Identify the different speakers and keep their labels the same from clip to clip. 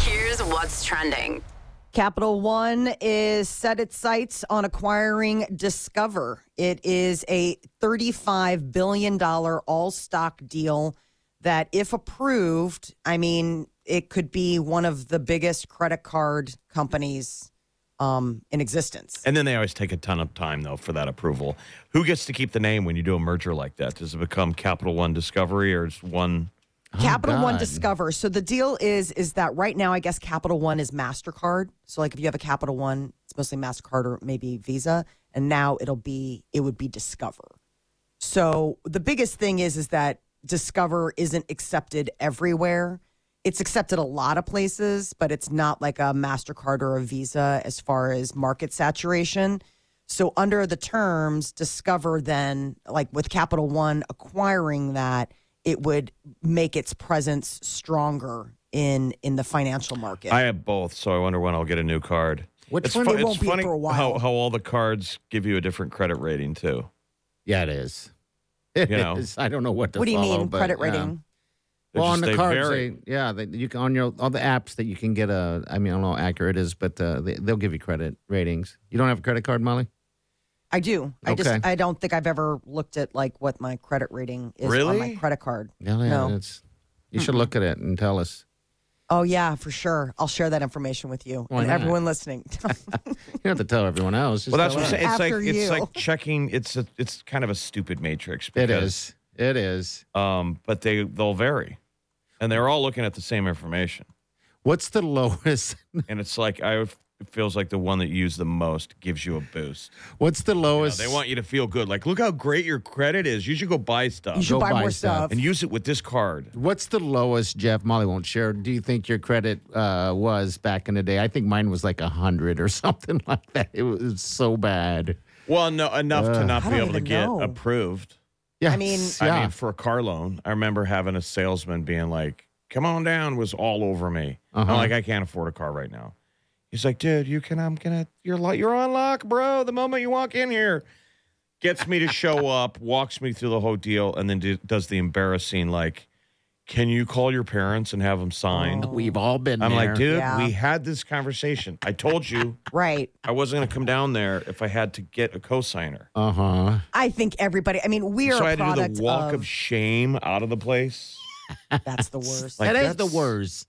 Speaker 1: Here's what's trending.
Speaker 2: Capital One is set its sights on acquiring Discover. It is a $35 billion all stock deal that, if approved, I mean, it could be one of the biggest credit card companies um, in existence.
Speaker 3: And then they always take a ton of time, though, for that approval. Who gets to keep the name when you do a merger like that? Does it become Capital One Discovery or is one?
Speaker 2: Capital One
Speaker 4: God.
Speaker 2: Discover. So the deal is is that right now I guess Capital One is Mastercard. So like if you have a Capital One, it's mostly Mastercard or maybe Visa, and now it'll be it would be Discover. So the biggest thing is is that Discover isn't accepted everywhere. It's accepted a lot of places, but it's not like a Mastercard or a Visa as far as market saturation. So under the terms, Discover then like with Capital One acquiring that, it would make its presence stronger in in the financial market.
Speaker 3: I have both, so I wonder when I'll get a new card.
Speaker 4: Which
Speaker 3: It's
Speaker 4: one?
Speaker 3: fu-
Speaker 2: It won't
Speaker 3: it's
Speaker 2: be
Speaker 3: funny
Speaker 2: for a while.
Speaker 3: How, how all the cards give you a different credit rating too.
Speaker 4: yeah, it is. It
Speaker 3: You know.
Speaker 4: is. I don't know what to.
Speaker 2: what do you
Speaker 4: follow,
Speaker 2: mean
Speaker 4: but,
Speaker 2: credit
Speaker 4: yeah.
Speaker 2: rating?
Speaker 3: They're
Speaker 4: Well, on
Speaker 3: just-
Speaker 4: the
Speaker 3: they
Speaker 4: cards,
Speaker 3: vary.
Speaker 4: they, yeah, that you can on your all the apps that you can get a. I mean, I don't know how accurate it is, but uh, they, they'll give you credit ratings. You don't have a credit card, Molly?
Speaker 2: I do. I just
Speaker 4: Okay.
Speaker 2: I don't think I've ever looked at like what my credit rating is on my
Speaker 3: Really?
Speaker 2: credit card.
Speaker 4: No,
Speaker 2: No.
Speaker 4: It's you should look at it and tell us.
Speaker 2: Oh yeah, for sure. I'll share that information with you
Speaker 4: Why
Speaker 2: and
Speaker 4: not?
Speaker 2: everyone listening.
Speaker 4: You don't have to tell everyone else.
Speaker 3: Well,
Speaker 4: just
Speaker 3: that's
Speaker 4: tell
Speaker 3: what I'm
Speaker 4: us.
Speaker 3: saying. It's like
Speaker 2: After you.
Speaker 3: it's like checking. It's a, it's kind of a stupid matrix.
Speaker 4: It
Speaker 3: because,
Speaker 4: is. It is.
Speaker 3: Um, but they they'll vary, and they're all looking at the same information.
Speaker 4: What's the lowest?
Speaker 3: And it's like I it feels like the one that you use the most gives you a boost.
Speaker 4: What's the
Speaker 3: You know,
Speaker 4: lowest?
Speaker 3: they want you to feel good. Like look how great your credit is. You should go buy stuff
Speaker 2: you should
Speaker 4: Go
Speaker 2: buy,
Speaker 4: buy
Speaker 2: more stuff.
Speaker 4: stuff.
Speaker 3: and use it with this card.
Speaker 4: What's the lowest, Jeff? Molly won't share. Do you think your credit uh, was back in the day? I think mine was like a hundred or something like that. It was so bad.
Speaker 3: Well, no, enough to not
Speaker 2: I
Speaker 3: be
Speaker 2: don't
Speaker 3: able to
Speaker 2: even
Speaker 3: get
Speaker 2: know.
Speaker 3: approved.
Speaker 4: Yes.
Speaker 2: mean-
Speaker 4: yeah.
Speaker 3: I mean, for a car loan, I remember having a salesman being like, "Come on down," was all over me.
Speaker 4: Uh-huh.
Speaker 3: I'm like, I can't afford a car right now. He's like, "Dude, you can. I'm gonna. You're lo- you're on lock, bro. The moment you walk in here." Gets me to show up, walks me through the whole deal, and then do, does the embarrassing like, "Can you call your parents and have them sign?"
Speaker 4: we've all been.
Speaker 3: I'm
Speaker 4: there.
Speaker 3: like, "Dude,
Speaker 2: Yeah.
Speaker 3: we had this conversation. I told you
Speaker 2: Right.
Speaker 3: I wasn't gonna come down there if I had to get a cosigner."
Speaker 4: Uh huh.
Speaker 2: I think everybody I mean we are
Speaker 3: so I
Speaker 2: a
Speaker 3: had to do
Speaker 2: product
Speaker 3: the walk of,
Speaker 2: of
Speaker 3: shame out of the place.
Speaker 2: that's the worst.
Speaker 3: Like,
Speaker 4: That is the
Speaker 3: that's-
Speaker 4: worst.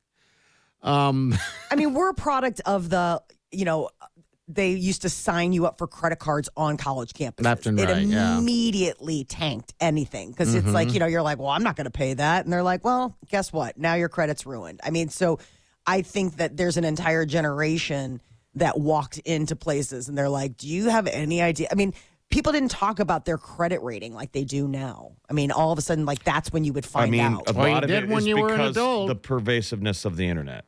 Speaker 4: Um.
Speaker 2: I mean, we're a product of the, you know, they used to sign you up for credit cards on college campuses.
Speaker 4: Left and
Speaker 2: it
Speaker 4: right, yeah. Mm-hmm.
Speaker 2: immediately tanked anything because it's like, you know, you're like, well, I'm not going to pay that. And they're like, well, guess what? Now your credit's ruined. I mean, so I think that there's an entire generation that walked into places and they're like, do you have any idea? I mean, people didn't talk about their credit rating like they do now. I mean, all of a sudden, like that's when you would
Speaker 3: I
Speaker 2: find
Speaker 3: mean,
Speaker 2: out.
Speaker 3: a
Speaker 4: Well, you
Speaker 3: lot of
Speaker 4: did
Speaker 3: it
Speaker 4: when
Speaker 3: is
Speaker 4: you were an
Speaker 3: because
Speaker 4: adult.
Speaker 3: the pervasiveness of the internet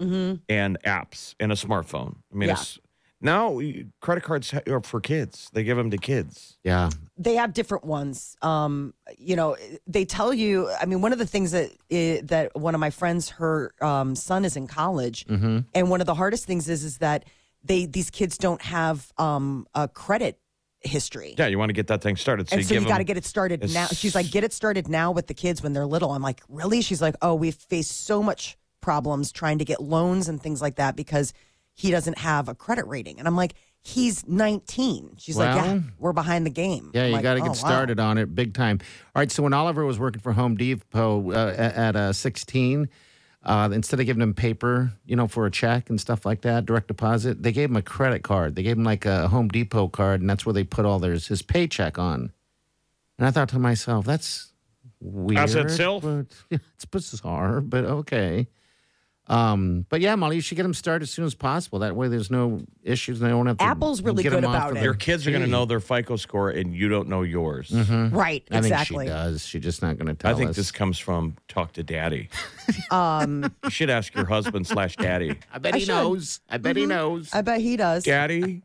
Speaker 2: Mm-hmm.
Speaker 3: and apps and a smartphone. I mean,
Speaker 2: Yeah.
Speaker 3: it's, now you- credit cards ha- are for kids. They give them to kids.
Speaker 4: Yeah.
Speaker 2: they have different ones. Um, you know, they tell you. I mean, one of the things that i- that one of my friends, her um, son is in college, and one of the hardest things is is that they these kids don't have um, a credit history.
Speaker 3: Yeah, you want to get that thing started. So
Speaker 2: And
Speaker 3: you
Speaker 2: so
Speaker 3: give
Speaker 2: you got to
Speaker 3: them-
Speaker 2: get it started
Speaker 3: as-
Speaker 2: now. She's like, get it started now with the kids when they're little. I'm like, really? She's like, oh, we've faced so much problems trying to get loans and things like that because he doesn't have a credit rating. And I'm like, he's 19. She's like, yeah,
Speaker 4: Well,
Speaker 2: we're behind the game.
Speaker 4: Yeah,
Speaker 2: I'm
Speaker 4: you
Speaker 2: like,
Speaker 4: got to
Speaker 2: "Oh,
Speaker 4: get
Speaker 2: wow."
Speaker 4: started on it big time. All right, so when Oliver was working for Home Depot uh, at, at uh, 16, uh, instead of giving him paper, you know, for a check and stuff like that, direct deposit, they gave him a credit card. They gave him like a Home Depot card, and that's where they put all their his paycheck on. And I thought to myself, that's weird.
Speaker 3: That's itself?
Speaker 4: but- yeah, it's bizarre, but okay. Um, but yeah, Molly, you should get them started as soon as possible. That way, there's no issues. and They don't have to
Speaker 2: Apple's really
Speaker 4: get
Speaker 2: good
Speaker 4: 'em off
Speaker 2: about
Speaker 4: of
Speaker 2: it.
Speaker 4: their
Speaker 3: Your kids are going to
Speaker 4: feed.
Speaker 3: know their FICO score, and you don't know yours.
Speaker 4: Mm-hmm.
Speaker 2: Right,
Speaker 4: I think
Speaker 2: exactly.
Speaker 4: she does. She's just not going to tell
Speaker 3: I think
Speaker 4: us.
Speaker 3: this comes from talk to daddy.
Speaker 2: Um,
Speaker 3: You should ask your husband slash daddy.
Speaker 4: I bet
Speaker 2: I
Speaker 4: he
Speaker 2: should. Mm-hmm.
Speaker 4: knows. I bet he knows.
Speaker 2: I bet he does.
Speaker 3: Daddy,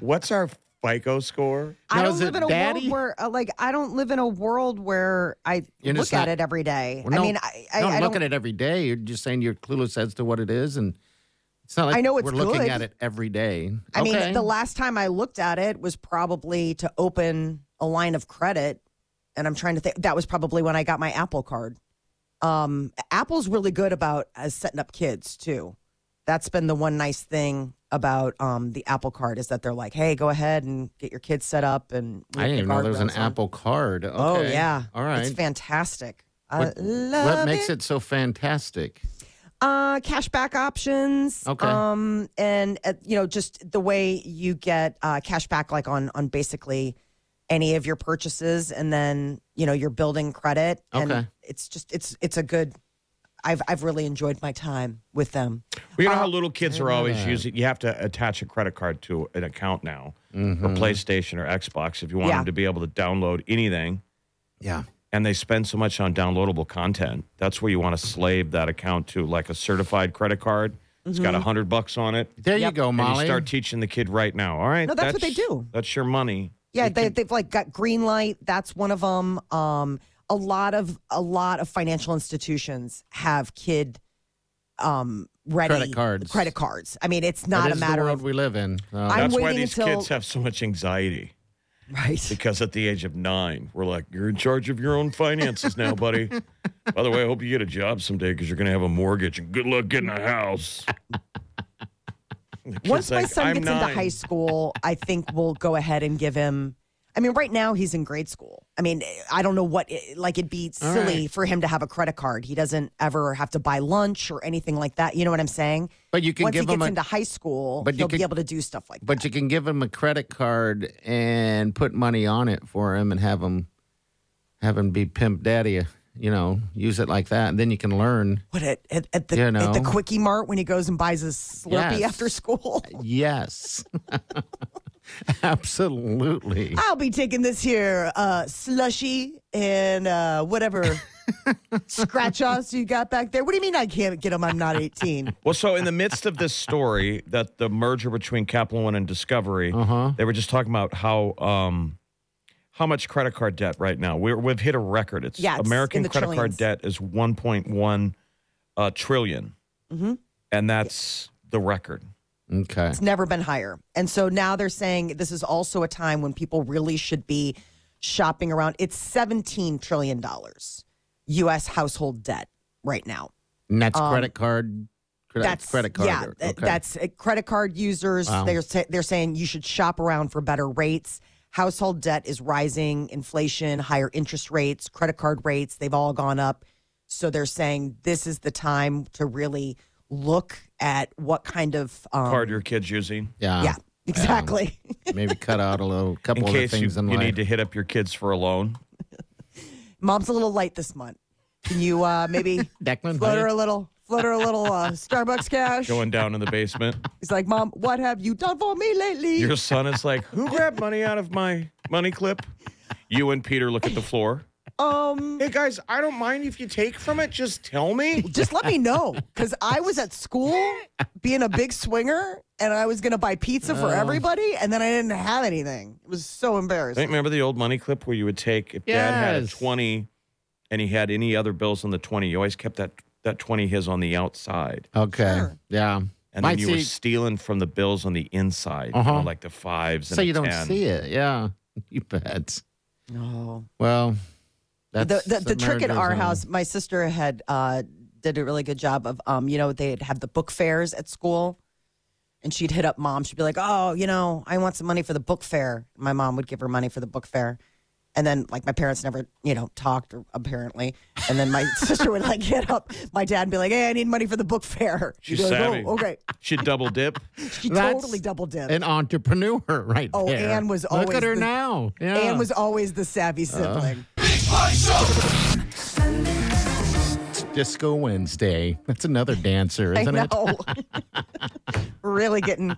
Speaker 3: what's our FICO score?
Speaker 2: I
Speaker 4: Now,
Speaker 2: don't
Speaker 4: is
Speaker 2: live
Speaker 4: it
Speaker 2: in a
Speaker 4: daddy?
Speaker 2: world where, uh, like, I don't live in a world where I
Speaker 4: You're
Speaker 2: look
Speaker 4: just
Speaker 2: at
Speaker 4: not-
Speaker 2: it every day.
Speaker 4: Well,
Speaker 2: I
Speaker 4: no,
Speaker 2: mean, I, I,
Speaker 4: I don't
Speaker 2: I
Speaker 4: look
Speaker 2: don't.
Speaker 4: at it every day. You're just saying you're clueless as to what it is, and it's not like
Speaker 2: I know it's
Speaker 4: we're looking
Speaker 2: good.
Speaker 4: at it every day.
Speaker 2: I
Speaker 4: Okay.
Speaker 2: mean, the last time I looked at it was probably to open a line of credit, and I'm trying to think. That was probably when I got my Apple card. Um, Apple's really good about uh, setting up kids too. That's been the one nice thing about um, the Apple card is that they're like, "Hey, go ahead and get your kids set up." And
Speaker 4: I didn't even know there was an
Speaker 2: guardrails on.
Speaker 4: Apple Card.
Speaker 2: Oh
Speaker 4: Okay.
Speaker 2: yeah,
Speaker 4: all right.
Speaker 2: it's fantastic.
Speaker 4: What-
Speaker 2: I love
Speaker 4: what makes it so fantastic?
Speaker 2: uh cashback options
Speaker 4: Okay.
Speaker 2: um and uh, you know just the way you get uh cash back like on on basically any of your purchases and then you know you're building credit and
Speaker 4: Okay.
Speaker 2: it's just it's it's a good i've i've really enjoyed my time with them
Speaker 3: Well, you
Speaker 2: Uh,
Speaker 3: know how little kids are always using. You have to attach a credit card to an account now, or PlayStation or Xbox, if you
Speaker 2: Mm-hmm.
Speaker 3: want
Speaker 2: Yeah.
Speaker 3: them to be able to download anything.
Speaker 4: Yeah.
Speaker 3: And they spend so much on downloadable content. That's where you want to slave that account to, like a certified credit card. It's
Speaker 2: Mm-hmm.
Speaker 3: got a hundred bucks on it.
Speaker 4: There you go,
Speaker 3: And
Speaker 4: Molly.
Speaker 3: you start teaching the kid right now. All right.
Speaker 2: No, that's what they do.
Speaker 3: That's your money.
Speaker 2: yeah they, they've like got green light that's one of them um a lot of a lot of financial institutions have kid um ready
Speaker 4: Credit cards.
Speaker 2: credit cards i mean it's
Speaker 4: That
Speaker 2: not a
Speaker 4: is
Speaker 2: matter
Speaker 4: the world
Speaker 2: of
Speaker 4: we live in. Uh,
Speaker 2: I'm
Speaker 3: That's why
Speaker 2: waiting
Speaker 3: these
Speaker 2: until-
Speaker 3: kids have so much anxiety
Speaker 2: right
Speaker 3: because at the age of nine, we're like, you're in charge of your own finances now, buddy. By the way, I hope you get a job someday because you're going to have a mortgage and good luck getting a house. The kid's
Speaker 2: Once my
Speaker 3: like,
Speaker 2: son
Speaker 3: "I'm
Speaker 2: gets
Speaker 3: nine."
Speaker 2: into high school, I think we'll go ahead and give him. I mean, right now he's in grade school. I mean, I don't know what, like, it'd be
Speaker 4: All
Speaker 2: silly
Speaker 4: right.
Speaker 2: for him to have a credit card. He doesn't ever have to buy lunch or anything like that. You know what I'm saying?
Speaker 4: But you can
Speaker 2: Once
Speaker 4: give
Speaker 2: he gets
Speaker 4: him a-
Speaker 2: into high school,
Speaker 4: but you
Speaker 2: he'll
Speaker 4: could-
Speaker 2: be able to do stuff like
Speaker 4: but you can give him a credit card and put money on it for him, and have him have him be pimp daddy. You know, use it like that, and then you can learn.
Speaker 2: that. What at, at, at the
Speaker 4: You
Speaker 2: at the
Speaker 4: know.
Speaker 2: quickie mart when he goes and buys his Slurpee
Speaker 4: Yes.
Speaker 2: after school.
Speaker 4: Yes, absolutely.
Speaker 2: I'll be taking this here uh, slushy and uh, whatever scratch offs you got back there. What do you mean I can't get them? I'm not 18.
Speaker 3: Well, so in the midst of this story that the merger between Capital One and Discovery,
Speaker 4: Uh-huh.
Speaker 3: they were just talking about how um, how much credit card debt right now. We're, we've hit a record. It's
Speaker 2: Yeah, it's in
Speaker 3: American
Speaker 2: the
Speaker 3: credit
Speaker 2: trillions.
Speaker 3: card debt is 1.1 uh, trillion.
Speaker 2: Mm-hmm.
Speaker 3: and that's the record.
Speaker 4: Okay.
Speaker 2: It's never been higher. And so now they're saying this is also a time when people really should be shopping around. It's $17 trillion U.S. household debt right now.
Speaker 4: And that's credit card. Credit,
Speaker 2: Um, That's
Speaker 4: credit card.
Speaker 2: Yeah, th-
Speaker 4: okay.
Speaker 2: that's uh, credit card users.
Speaker 4: Wow.
Speaker 2: They're sa- they're saying you should shop around for better rates. Household debt is rising, inflation, higher interest rates, credit card rates. They've all gone up. So they're saying this is the time to really look at what kind of um,
Speaker 3: Card your kids using
Speaker 4: yeah.
Speaker 2: Yeah, exactly.
Speaker 4: Maybe cut out a little couple
Speaker 3: in
Speaker 4: of
Speaker 3: case you,
Speaker 4: things in
Speaker 3: you
Speaker 4: life.
Speaker 3: need to hit up your kids for a loan.
Speaker 2: Mom's a little light this month. Can you uh, maybe
Speaker 4: Declan,
Speaker 2: float her
Speaker 4: honey?
Speaker 2: a little, float her a little uh, Starbucks cash?
Speaker 3: Going down in the basement.
Speaker 2: He's like, Mom, what have you done for me lately?
Speaker 3: Your son is like, "Who grabbed money out of my money clip?" You and Peter look at the floor.
Speaker 2: um,
Speaker 3: Hey guys, I don't mind if you take from it. Just tell me.
Speaker 2: just let me know because I was at school being a big swinger and I was going to buy pizza for everybody and then I didn't have anything. It was so
Speaker 3: Don't you
Speaker 2: embarrassing.
Speaker 3: remember the old money clip where you would take if Dad had a
Speaker 4: Yes.
Speaker 3: twenty, and he had any other bills on the twenty. You always kept that that twenty his on the outside,
Speaker 4: Okay.
Speaker 2: Sure.
Speaker 4: Yeah.
Speaker 3: and
Speaker 4: Might
Speaker 3: then you were
Speaker 4: see,
Speaker 3: stealing from the bills on the inside, you
Speaker 4: Uh-huh.
Speaker 3: know, like the fives.
Speaker 4: so
Speaker 3: and a
Speaker 4: you don't
Speaker 3: 10.
Speaker 4: see it. Yeah. You bet.
Speaker 2: No.
Speaker 4: Well,
Speaker 2: The,
Speaker 4: that's um,
Speaker 2: the, the trick at
Speaker 4: merger's
Speaker 2: our
Speaker 4: on.
Speaker 2: house, my sister had uh, did a really good job of, um, you know, they'd have the book fairs at school and she'd hit up mom. She'd be like, oh, you know, I want some money for the book fair. My mom would give her money for the book fair. And then, like, my parents never, you know, talked or, apparently. And then my sister would, like, hit up my dad and be like, hey, I need money for the book fair. She'd
Speaker 3: She's
Speaker 2: be like, "Oh,
Speaker 3: savvy.
Speaker 2: okay.
Speaker 3: She double dip.
Speaker 2: She
Speaker 4: That's
Speaker 2: totally double dipped.
Speaker 4: An entrepreneur, right
Speaker 2: Oh,
Speaker 4: there.
Speaker 2: Anne was
Speaker 4: Look
Speaker 2: always
Speaker 4: at her
Speaker 2: the-
Speaker 4: now. Yeah. Uh,
Speaker 2: Anne was always the savvy sibling.
Speaker 4: Disco Wednesday. That's another dancer, isn't
Speaker 2: I
Speaker 4: it?
Speaker 2: know. really getting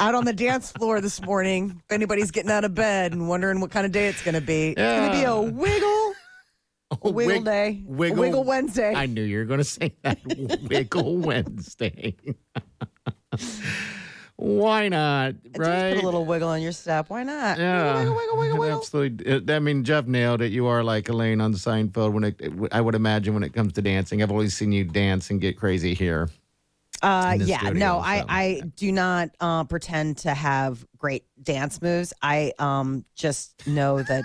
Speaker 2: out on the dance floor this morning. If anybody's getting out of bed and wondering what kind of day it's going to be, it's
Speaker 4: Yeah.
Speaker 2: going to be a wiggle, a wiggle
Speaker 4: Wig-
Speaker 2: day, a
Speaker 4: Wiggle,
Speaker 2: wiggle Wednesday.
Speaker 4: I knew you were going to say that. Wiggle Wednesday. Why not? Right?
Speaker 2: Just put a little wiggle on your step. Why not? Wiggle,
Speaker 4: Yeah.
Speaker 2: wiggle, wiggle, wiggle, wiggle.
Speaker 4: Absolutely. I mean, Jeff nailed it. You are like Elaine on Seinfeld. When it, I would imagine when it comes to dancing, I've always seen you dance and get crazy here.
Speaker 2: Uh,
Speaker 4: in the
Speaker 2: yeah,
Speaker 4: studio,
Speaker 2: no, I,
Speaker 4: so,
Speaker 2: I do not uh, pretend to have great dance moves. I um, just know that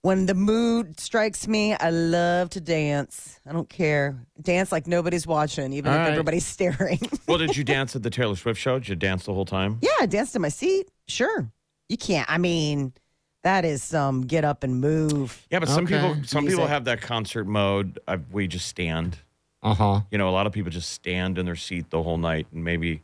Speaker 2: when the mood strikes me, I love to dance. I don't care. Dance like nobody's watching, even
Speaker 4: All
Speaker 2: if
Speaker 4: right.
Speaker 2: everybody's staring.
Speaker 3: Well, did you dance at the Taylor Swift show? Did you dance the whole time?
Speaker 2: yeah, I danced in my seat. Sure. You can't. I mean, that is some get up and move.
Speaker 3: Yeah, but some
Speaker 4: Okay.
Speaker 3: people some people
Speaker 2: Music.
Speaker 3: have that concert mode. I, we just stand.
Speaker 4: Uh
Speaker 2: Uh-huh.
Speaker 4: huh.
Speaker 3: You know, a lot of people just stand in their seat the whole night and maybe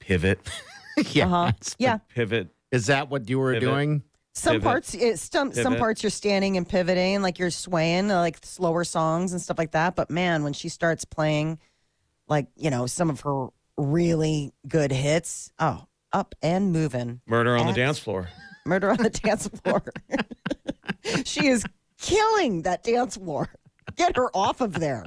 Speaker 3: pivot,
Speaker 4: yeah.
Speaker 2: Uh-huh. Yeah.
Speaker 3: pivot.
Speaker 4: Is that what you were
Speaker 3: Pivot.
Speaker 4: doing?
Speaker 2: Some
Speaker 3: Pivot.
Speaker 2: parts, it, some some
Speaker 3: Pivot.
Speaker 2: parts you're standing and pivoting, like you're swaying, uh, like slower songs and stuff like that. But man, when she starts playing, like you know, some of her really good hits, oh, up and moving,
Speaker 3: Murder on the
Speaker 2: Abs-
Speaker 3: dance floor.
Speaker 2: murder on the dance floor. she is killing that dance floor. Get her off of there.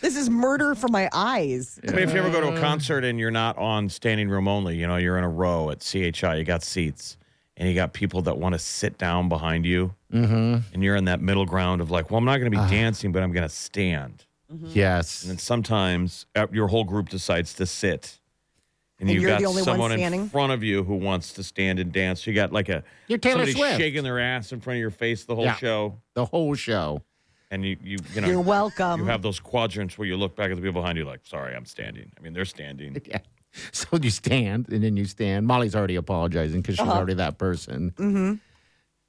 Speaker 2: This is murder for my eyes.
Speaker 3: I mean, if you ever go to a concert and you're not on standing room only, you know, you're in a row at CHI, you got seats, and you got people that want to sit down behind you,
Speaker 4: Mm-hmm.
Speaker 3: and you're in that middle ground of like, well, I'm not going to be dancing, but I'm going to stand.
Speaker 4: Yes.
Speaker 3: And then sometimes uh, your whole group decides to sit. And,
Speaker 2: And
Speaker 3: you've
Speaker 2: you're
Speaker 3: got
Speaker 2: the only one
Speaker 3: someone in
Speaker 2: standing?
Speaker 3: front of you who wants to stand and dance. You got like a
Speaker 4: You're Taylor
Speaker 3: somebody
Speaker 4: Swift.
Speaker 3: shaking their ass in front of your face the whole
Speaker 4: Yeah.
Speaker 3: show,
Speaker 4: The whole show.
Speaker 3: and you you you know
Speaker 2: You're welcome.
Speaker 3: you have those quadrants where you look back at the people behind you like, sorry, I'm standing. I mean, they're standing.
Speaker 4: Yeah. So you stand and then you stand. Molly's already apologizing because she's already that person. Mm-hmm.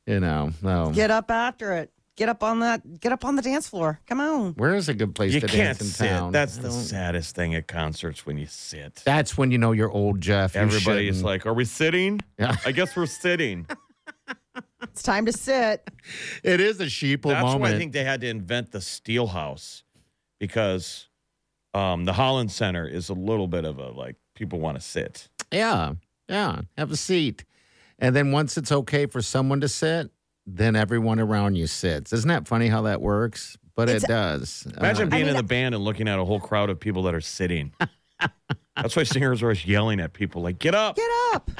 Speaker 4: You know. No.
Speaker 2: Get up after it. Get up on that. Get up on the dance floor. Come on.
Speaker 4: Where is a good place
Speaker 3: You
Speaker 4: to
Speaker 3: can't
Speaker 4: dance in
Speaker 3: sit.
Speaker 4: town?
Speaker 3: That's
Speaker 4: I
Speaker 3: the
Speaker 4: don't-
Speaker 3: saddest thing at concerts when you sit.
Speaker 4: That's when you know you're old, Jeff. You
Speaker 3: Everybody is
Speaker 4: shouldn't.
Speaker 3: like, are we sitting?
Speaker 4: Yeah.
Speaker 3: I guess we're sitting.
Speaker 2: It's time to sit.
Speaker 4: it is a sheeple
Speaker 3: That's
Speaker 4: moment.
Speaker 3: why I think they had to invent the steel house because um, the Holland Center is a little bit of a like people want to sit.
Speaker 4: Yeah, yeah. Have a seat. And then once it's okay for someone to sit, then everyone around you sits. Isn't that funny how that works? But it does.
Speaker 3: Imagine
Speaker 4: Uh,
Speaker 3: being in the band and looking at a whole crowd of people that are sitting. That's why singers are always yelling at people like, "Get up!
Speaker 2: Get up.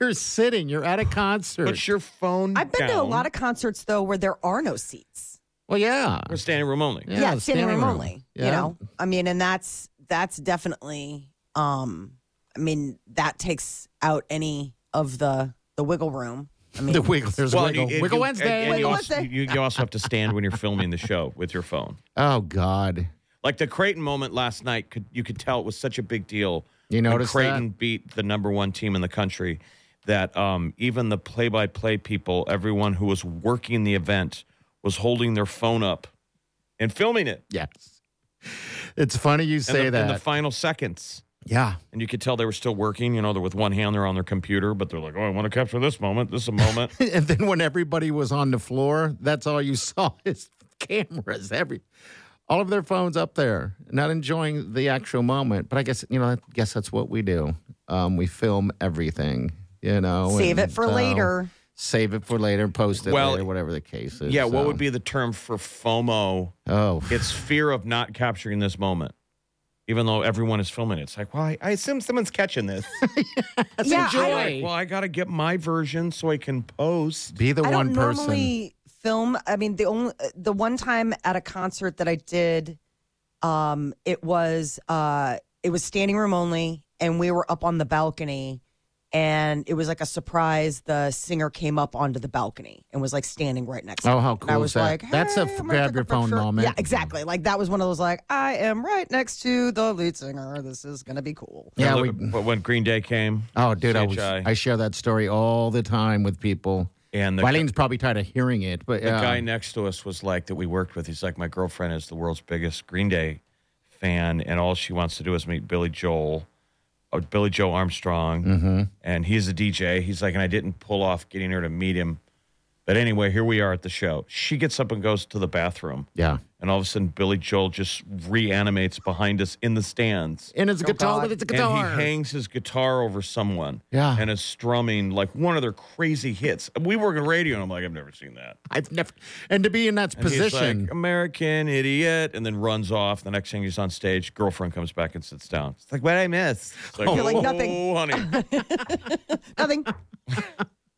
Speaker 4: you're sitting, you're at a concert.
Speaker 3: Put your phone."
Speaker 2: I've been to a
Speaker 3: down."
Speaker 2: lot of concerts though where there are no seats.
Speaker 4: well, yeah.
Speaker 3: We're standing room only.
Speaker 4: Yeah,
Speaker 2: standing, room, only.
Speaker 4: Yeah.
Speaker 2: You know, I mean, and that's that's definitely. um I mean, that takes out any of the the wiggle room. I mean,
Speaker 4: The wiggle, there's
Speaker 3: Well, and you-
Speaker 4: wiggle.
Speaker 3: and
Speaker 4: wiggle
Speaker 3: you-
Speaker 4: Wednesday.
Speaker 3: and- and you
Speaker 2: Wiggle
Speaker 3: also-
Speaker 2: Wednesday.
Speaker 3: You you also have to stand when you're filming the show with your phone.
Speaker 4: oh God,
Speaker 3: Like the Creighton moment last night, could you could tell it was such a big deal.
Speaker 4: You
Speaker 3: when
Speaker 4: noticed
Speaker 3: Creighton beat the number one team in the country that um, even the play-by-play people, everyone who was working the event, was holding their phone up and filming it.
Speaker 4: yes. It's funny you
Speaker 3: in
Speaker 4: say
Speaker 3: the,
Speaker 4: that.
Speaker 3: in the final seconds,
Speaker 4: yeah.
Speaker 3: and you could tell they were still working. You know, they're with one hand they're on their computer, but they're like, "Oh, I want to capture this moment. This is a moment."
Speaker 4: and then when everybody was on the floor, that's all you saw is cameras. Every all of their phones up there, not enjoying the actual moment. But I guess you know, I guess that's what we do. Um, we film everything, you know.
Speaker 2: save
Speaker 4: and
Speaker 2: it for
Speaker 4: so-
Speaker 2: later.
Speaker 4: Save it for later. Post it
Speaker 3: Well,
Speaker 4: later, whatever the case is.
Speaker 3: yeah, what
Speaker 4: so-
Speaker 3: would be the term for FOMO?
Speaker 4: Oh,
Speaker 3: It's fear of not capturing this moment. Even though everyone is filming it, it's like, well, I, I assume someone's catching this.
Speaker 2: yeah,
Speaker 4: enjoy.
Speaker 2: I,
Speaker 4: Right.
Speaker 3: Well, I got to get my version so I can post.
Speaker 4: be the
Speaker 2: I don't
Speaker 4: one person.
Speaker 2: normally film. I mean, the only the one time at a concert that I did, um, it was uh, it was standing room only, and we were up on the balcony, and it was like a surprise. The singer came up onto the balcony and was like standing right next. to
Speaker 4: Oh,
Speaker 2: me.
Speaker 4: how
Speaker 2: And
Speaker 4: cool
Speaker 2: I
Speaker 4: is
Speaker 2: was
Speaker 4: that?
Speaker 2: like,
Speaker 4: That's a
Speaker 2: "Hey,
Speaker 4: f-
Speaker 2: I'm gonna
Speaker 4: grab
Speaker 2: take
Speaker 4: your
Speaker 2: a
Speaker 4: phone
Speaker 2: picture."
Speaker 4: moment.
Speaker 2: Yeah, exactly. Like that was one of those like I am right next to the lead singer. This is gonna be cool.
Speaker 4: Yeah,
Speaker 3: And
Speaker 4: we-
Speaker 3: look- but when Green Day came,
Speaker 4: Oh, dude, I, was,
Speaker 3: CHI.
Speaker 4: I share that story all the time with people.
Speaker 3: and the,
Speaker 4: Wileen's probably tired of hearing it, but uh,
Speaker 3: the
Speaker 4: yeah.
Speaker 3: guy next to us was like that we worked with. He's like, my girlfriend is the world's biggest Green Day fan, and all she wants to do is meet Billy Joel, or Billy
Speaker 4: Mm-hmm.
Speaker 3: Joe Armstrong, and he's a DJ. He's like, and I didn't pull off getting her to meet him But anyway, here we are at the show. She gets up and goes to the bathroom.
Speaker 4: Yeah.
Speaker 3: And all of a sudden, Billy Joel just reanimates behind us in the stands.
Speaker 4: And
Speaker 2: Oh,
Speaker 4: it's a guitar. It's a guitar.
Speaker 3: And he hangs his guitar over someone.
Speaker 4: Yeah.
Speaker 3: And is strumming like one of their crazy hits. We work in radio, and I'm like, I've never seen that.
Speaker 4: I've never. And to be in that
Speaker 3: And he's
Speaker 4: position.
Speaker 3: like, American idiot, and then runs off. The next thing he's on stage, girlfriend comes back and sits down. It's like, what I miss? It's like,
Speaker 2: You're like,
Speaker 3: oh,
Speaker 2: nothing.
Speaker 3: honey.
Speaker 2: Nothing.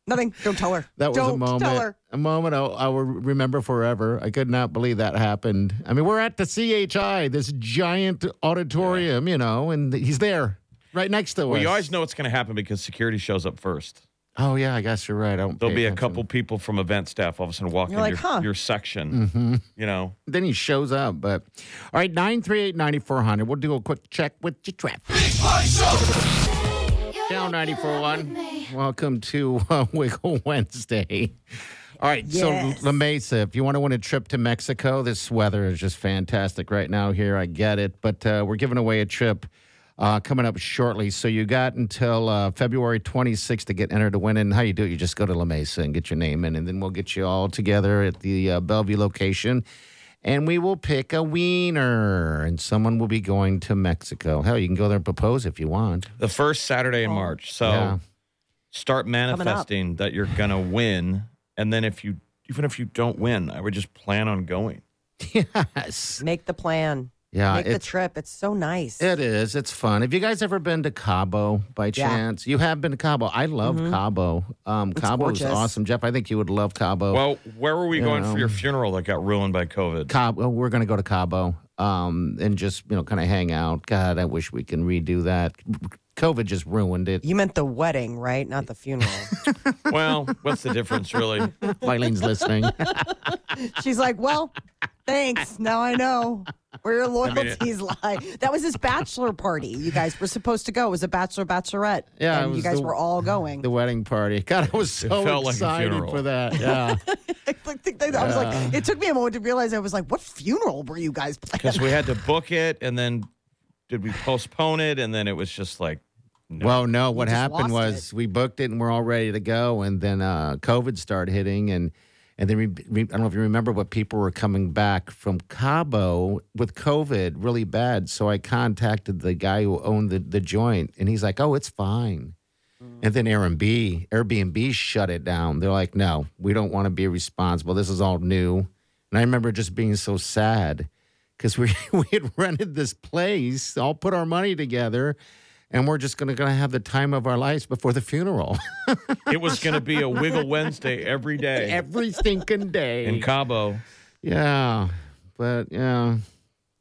Speaker 2: Nothing. Don't tell her.
Speaker 4: that was
Speaker 2: Don't
Speaker 4: a moment.
Speaker 2: Tell her.
Speaker 4: A moment I'll, I will remember forever. I could not believe that happened. I mean, we're at the CHI, this giant auditorium, you know, and he's there, right next to
Speaker 3: Well,
Speaker 4: us.
Speaker 3: you always know what's going to happen because security shows up first.
Speaker 4: Oh yeah, I guess you're right. I don't.
Speaker 3: There'll
Speaker 4: pay
Speaker 3: be a
Speaker 4: attention.
Speaker 3: couple people from event staff all of a sudden walk
Speaker 2: You're
Speaker 3: in
Speaker 2: like,
Speaker 3: your,
Speaker 2: huh.
Speaker 3: your section.
Speaker 4: Mm-hmm.
Speaker 3: You know,
Speaker 4: Then he shows up. But all right, nine three eight ninety four hundred. We'll do a quick check with your trap. Down ninety four one. Welcome to uh, Wiggle Wednesday. All right,
Speaker 2: Yes.
Speaker 4: so La Mesa, if you want to win a trip to Mexico, this weather is just fantastic right now here. I get it, but uh, we're giving away a trip uh, coming up shortly. So you got until uh, February 26th to get entered to win. And how you do it, you just go to La Mesa and get your name in, and then we'll get you all together at the uh, Bellevue location. And we will pick a wiener, and someone will be going to Mexico. Hell, you can go there and propose if you want.
Speaker 3: the first Saturday in March. So
Speaker 4: Yeah.
Speaker 3: start
Speaker 2: Oh. up.
Speaker 3: manifesting that you're going to win. And then if you, even if you don't win, I would just plan on going.
Speaker 4: yes.
Speaker 2: Make the plan.
Speaker 4: Yeah.
Speaker 2: Make the
Speaker 4: Uh, it's-
Speaker 2: trip. It's so nice.
Speaker 4: It is. It's fun. Have you guys ever been to Cabo by
Speaker 2: Yeah. Mm-hmm.
Speaker 4: chance? You have been to Cabo. I love Cabo. Um, Cabo is
Speaker 2: gorgeous.
Speaker 4: awesome, Jeff. I think you would love Cabo.
Speaker 3: Well, where were we
Speaker 4: You
Speaker 3: going
Speaker 4: Oh. know.
Speaker 3: for your funeral that got ruined by COVID?
Speaker 4: Cabo. We're going to go to Cabo um, and just you know kind of hang out. God, I wish we can redo that. COVID just ruined it.
Speaker 2: You meant the wedding, right? Not the funeral.
Speaker 3: well, what's the difference, really?
Speaker 4: Filene's listening.
Speaker 2: She's like, well, thanks. Now I know where your
Speaker 3: mean,
Speaker 2: loyalties
Speaker 3: it-
Speaker 2: lie. That was his bachelor party. You guys were supposed to go. It was a bachelor bachelorette.
Speaker 4: Yeah, it
Speaker 2: And you
Speaker 4: was
Speaker 2: guys
Speaker 4: the-
Speaker 2: were all going.
Speaker 4: the wedding party. God, I was so
Speaker 3: felt like a
Speaker 4: excited
Speaker 3: funeral.
Speaker 4: for that. Yeah.
Speaker 2: I think that- I was like, it took me a moment to realize I was like, what funeral were you guys planning?
Speaker 3: Because we had to book it and then did we postpone it? And then it was just like, no.
Speaker 4: Well, no, what
Speaker 2: just
Speaker 4: happened
Speaker 2: lost
Speaker 4: was we booked it and we're all ready to go, and then uh, COVID started hitting, and and then we, we, I don't know if you remember, but people were coming back from Cabo with COVID really bad. So I contacted the guy who owned the, the joint, and he's like, "Oh, it's fine." And then Airbnb, Airbnb shut it down. They're like, "No, we don't want to be responsible. This is all new." And I remember just being so sad because we we had rented this place, all put our money together, and we're just gonna gonna have the time of our lives before the funeral
Speaker 3: it was going to be a Wiggle Wednesday every day
Speaker 4: every stinking day.
Speaker 3: in Cabo.
Speaker 4: yeah, but yeah,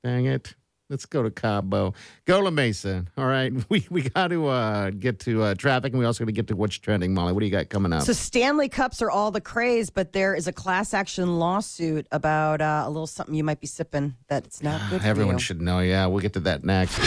Speaker 4: dang it. Let's go to Cabo. Go La Mesa. All right, we we got to uh, get to uh, traffic, and we also got to get to what's trending, Molly. What do you got coming up?
Speaker 2: So Stanley Cups are all the craze, but there is a class action lawsuit about uh, a little something you might be sipping that's not good for
Speaker 4: Ah, Everyone
Speaker 2: you.
Speaker 4: should know. Yeah, we'll get to that next.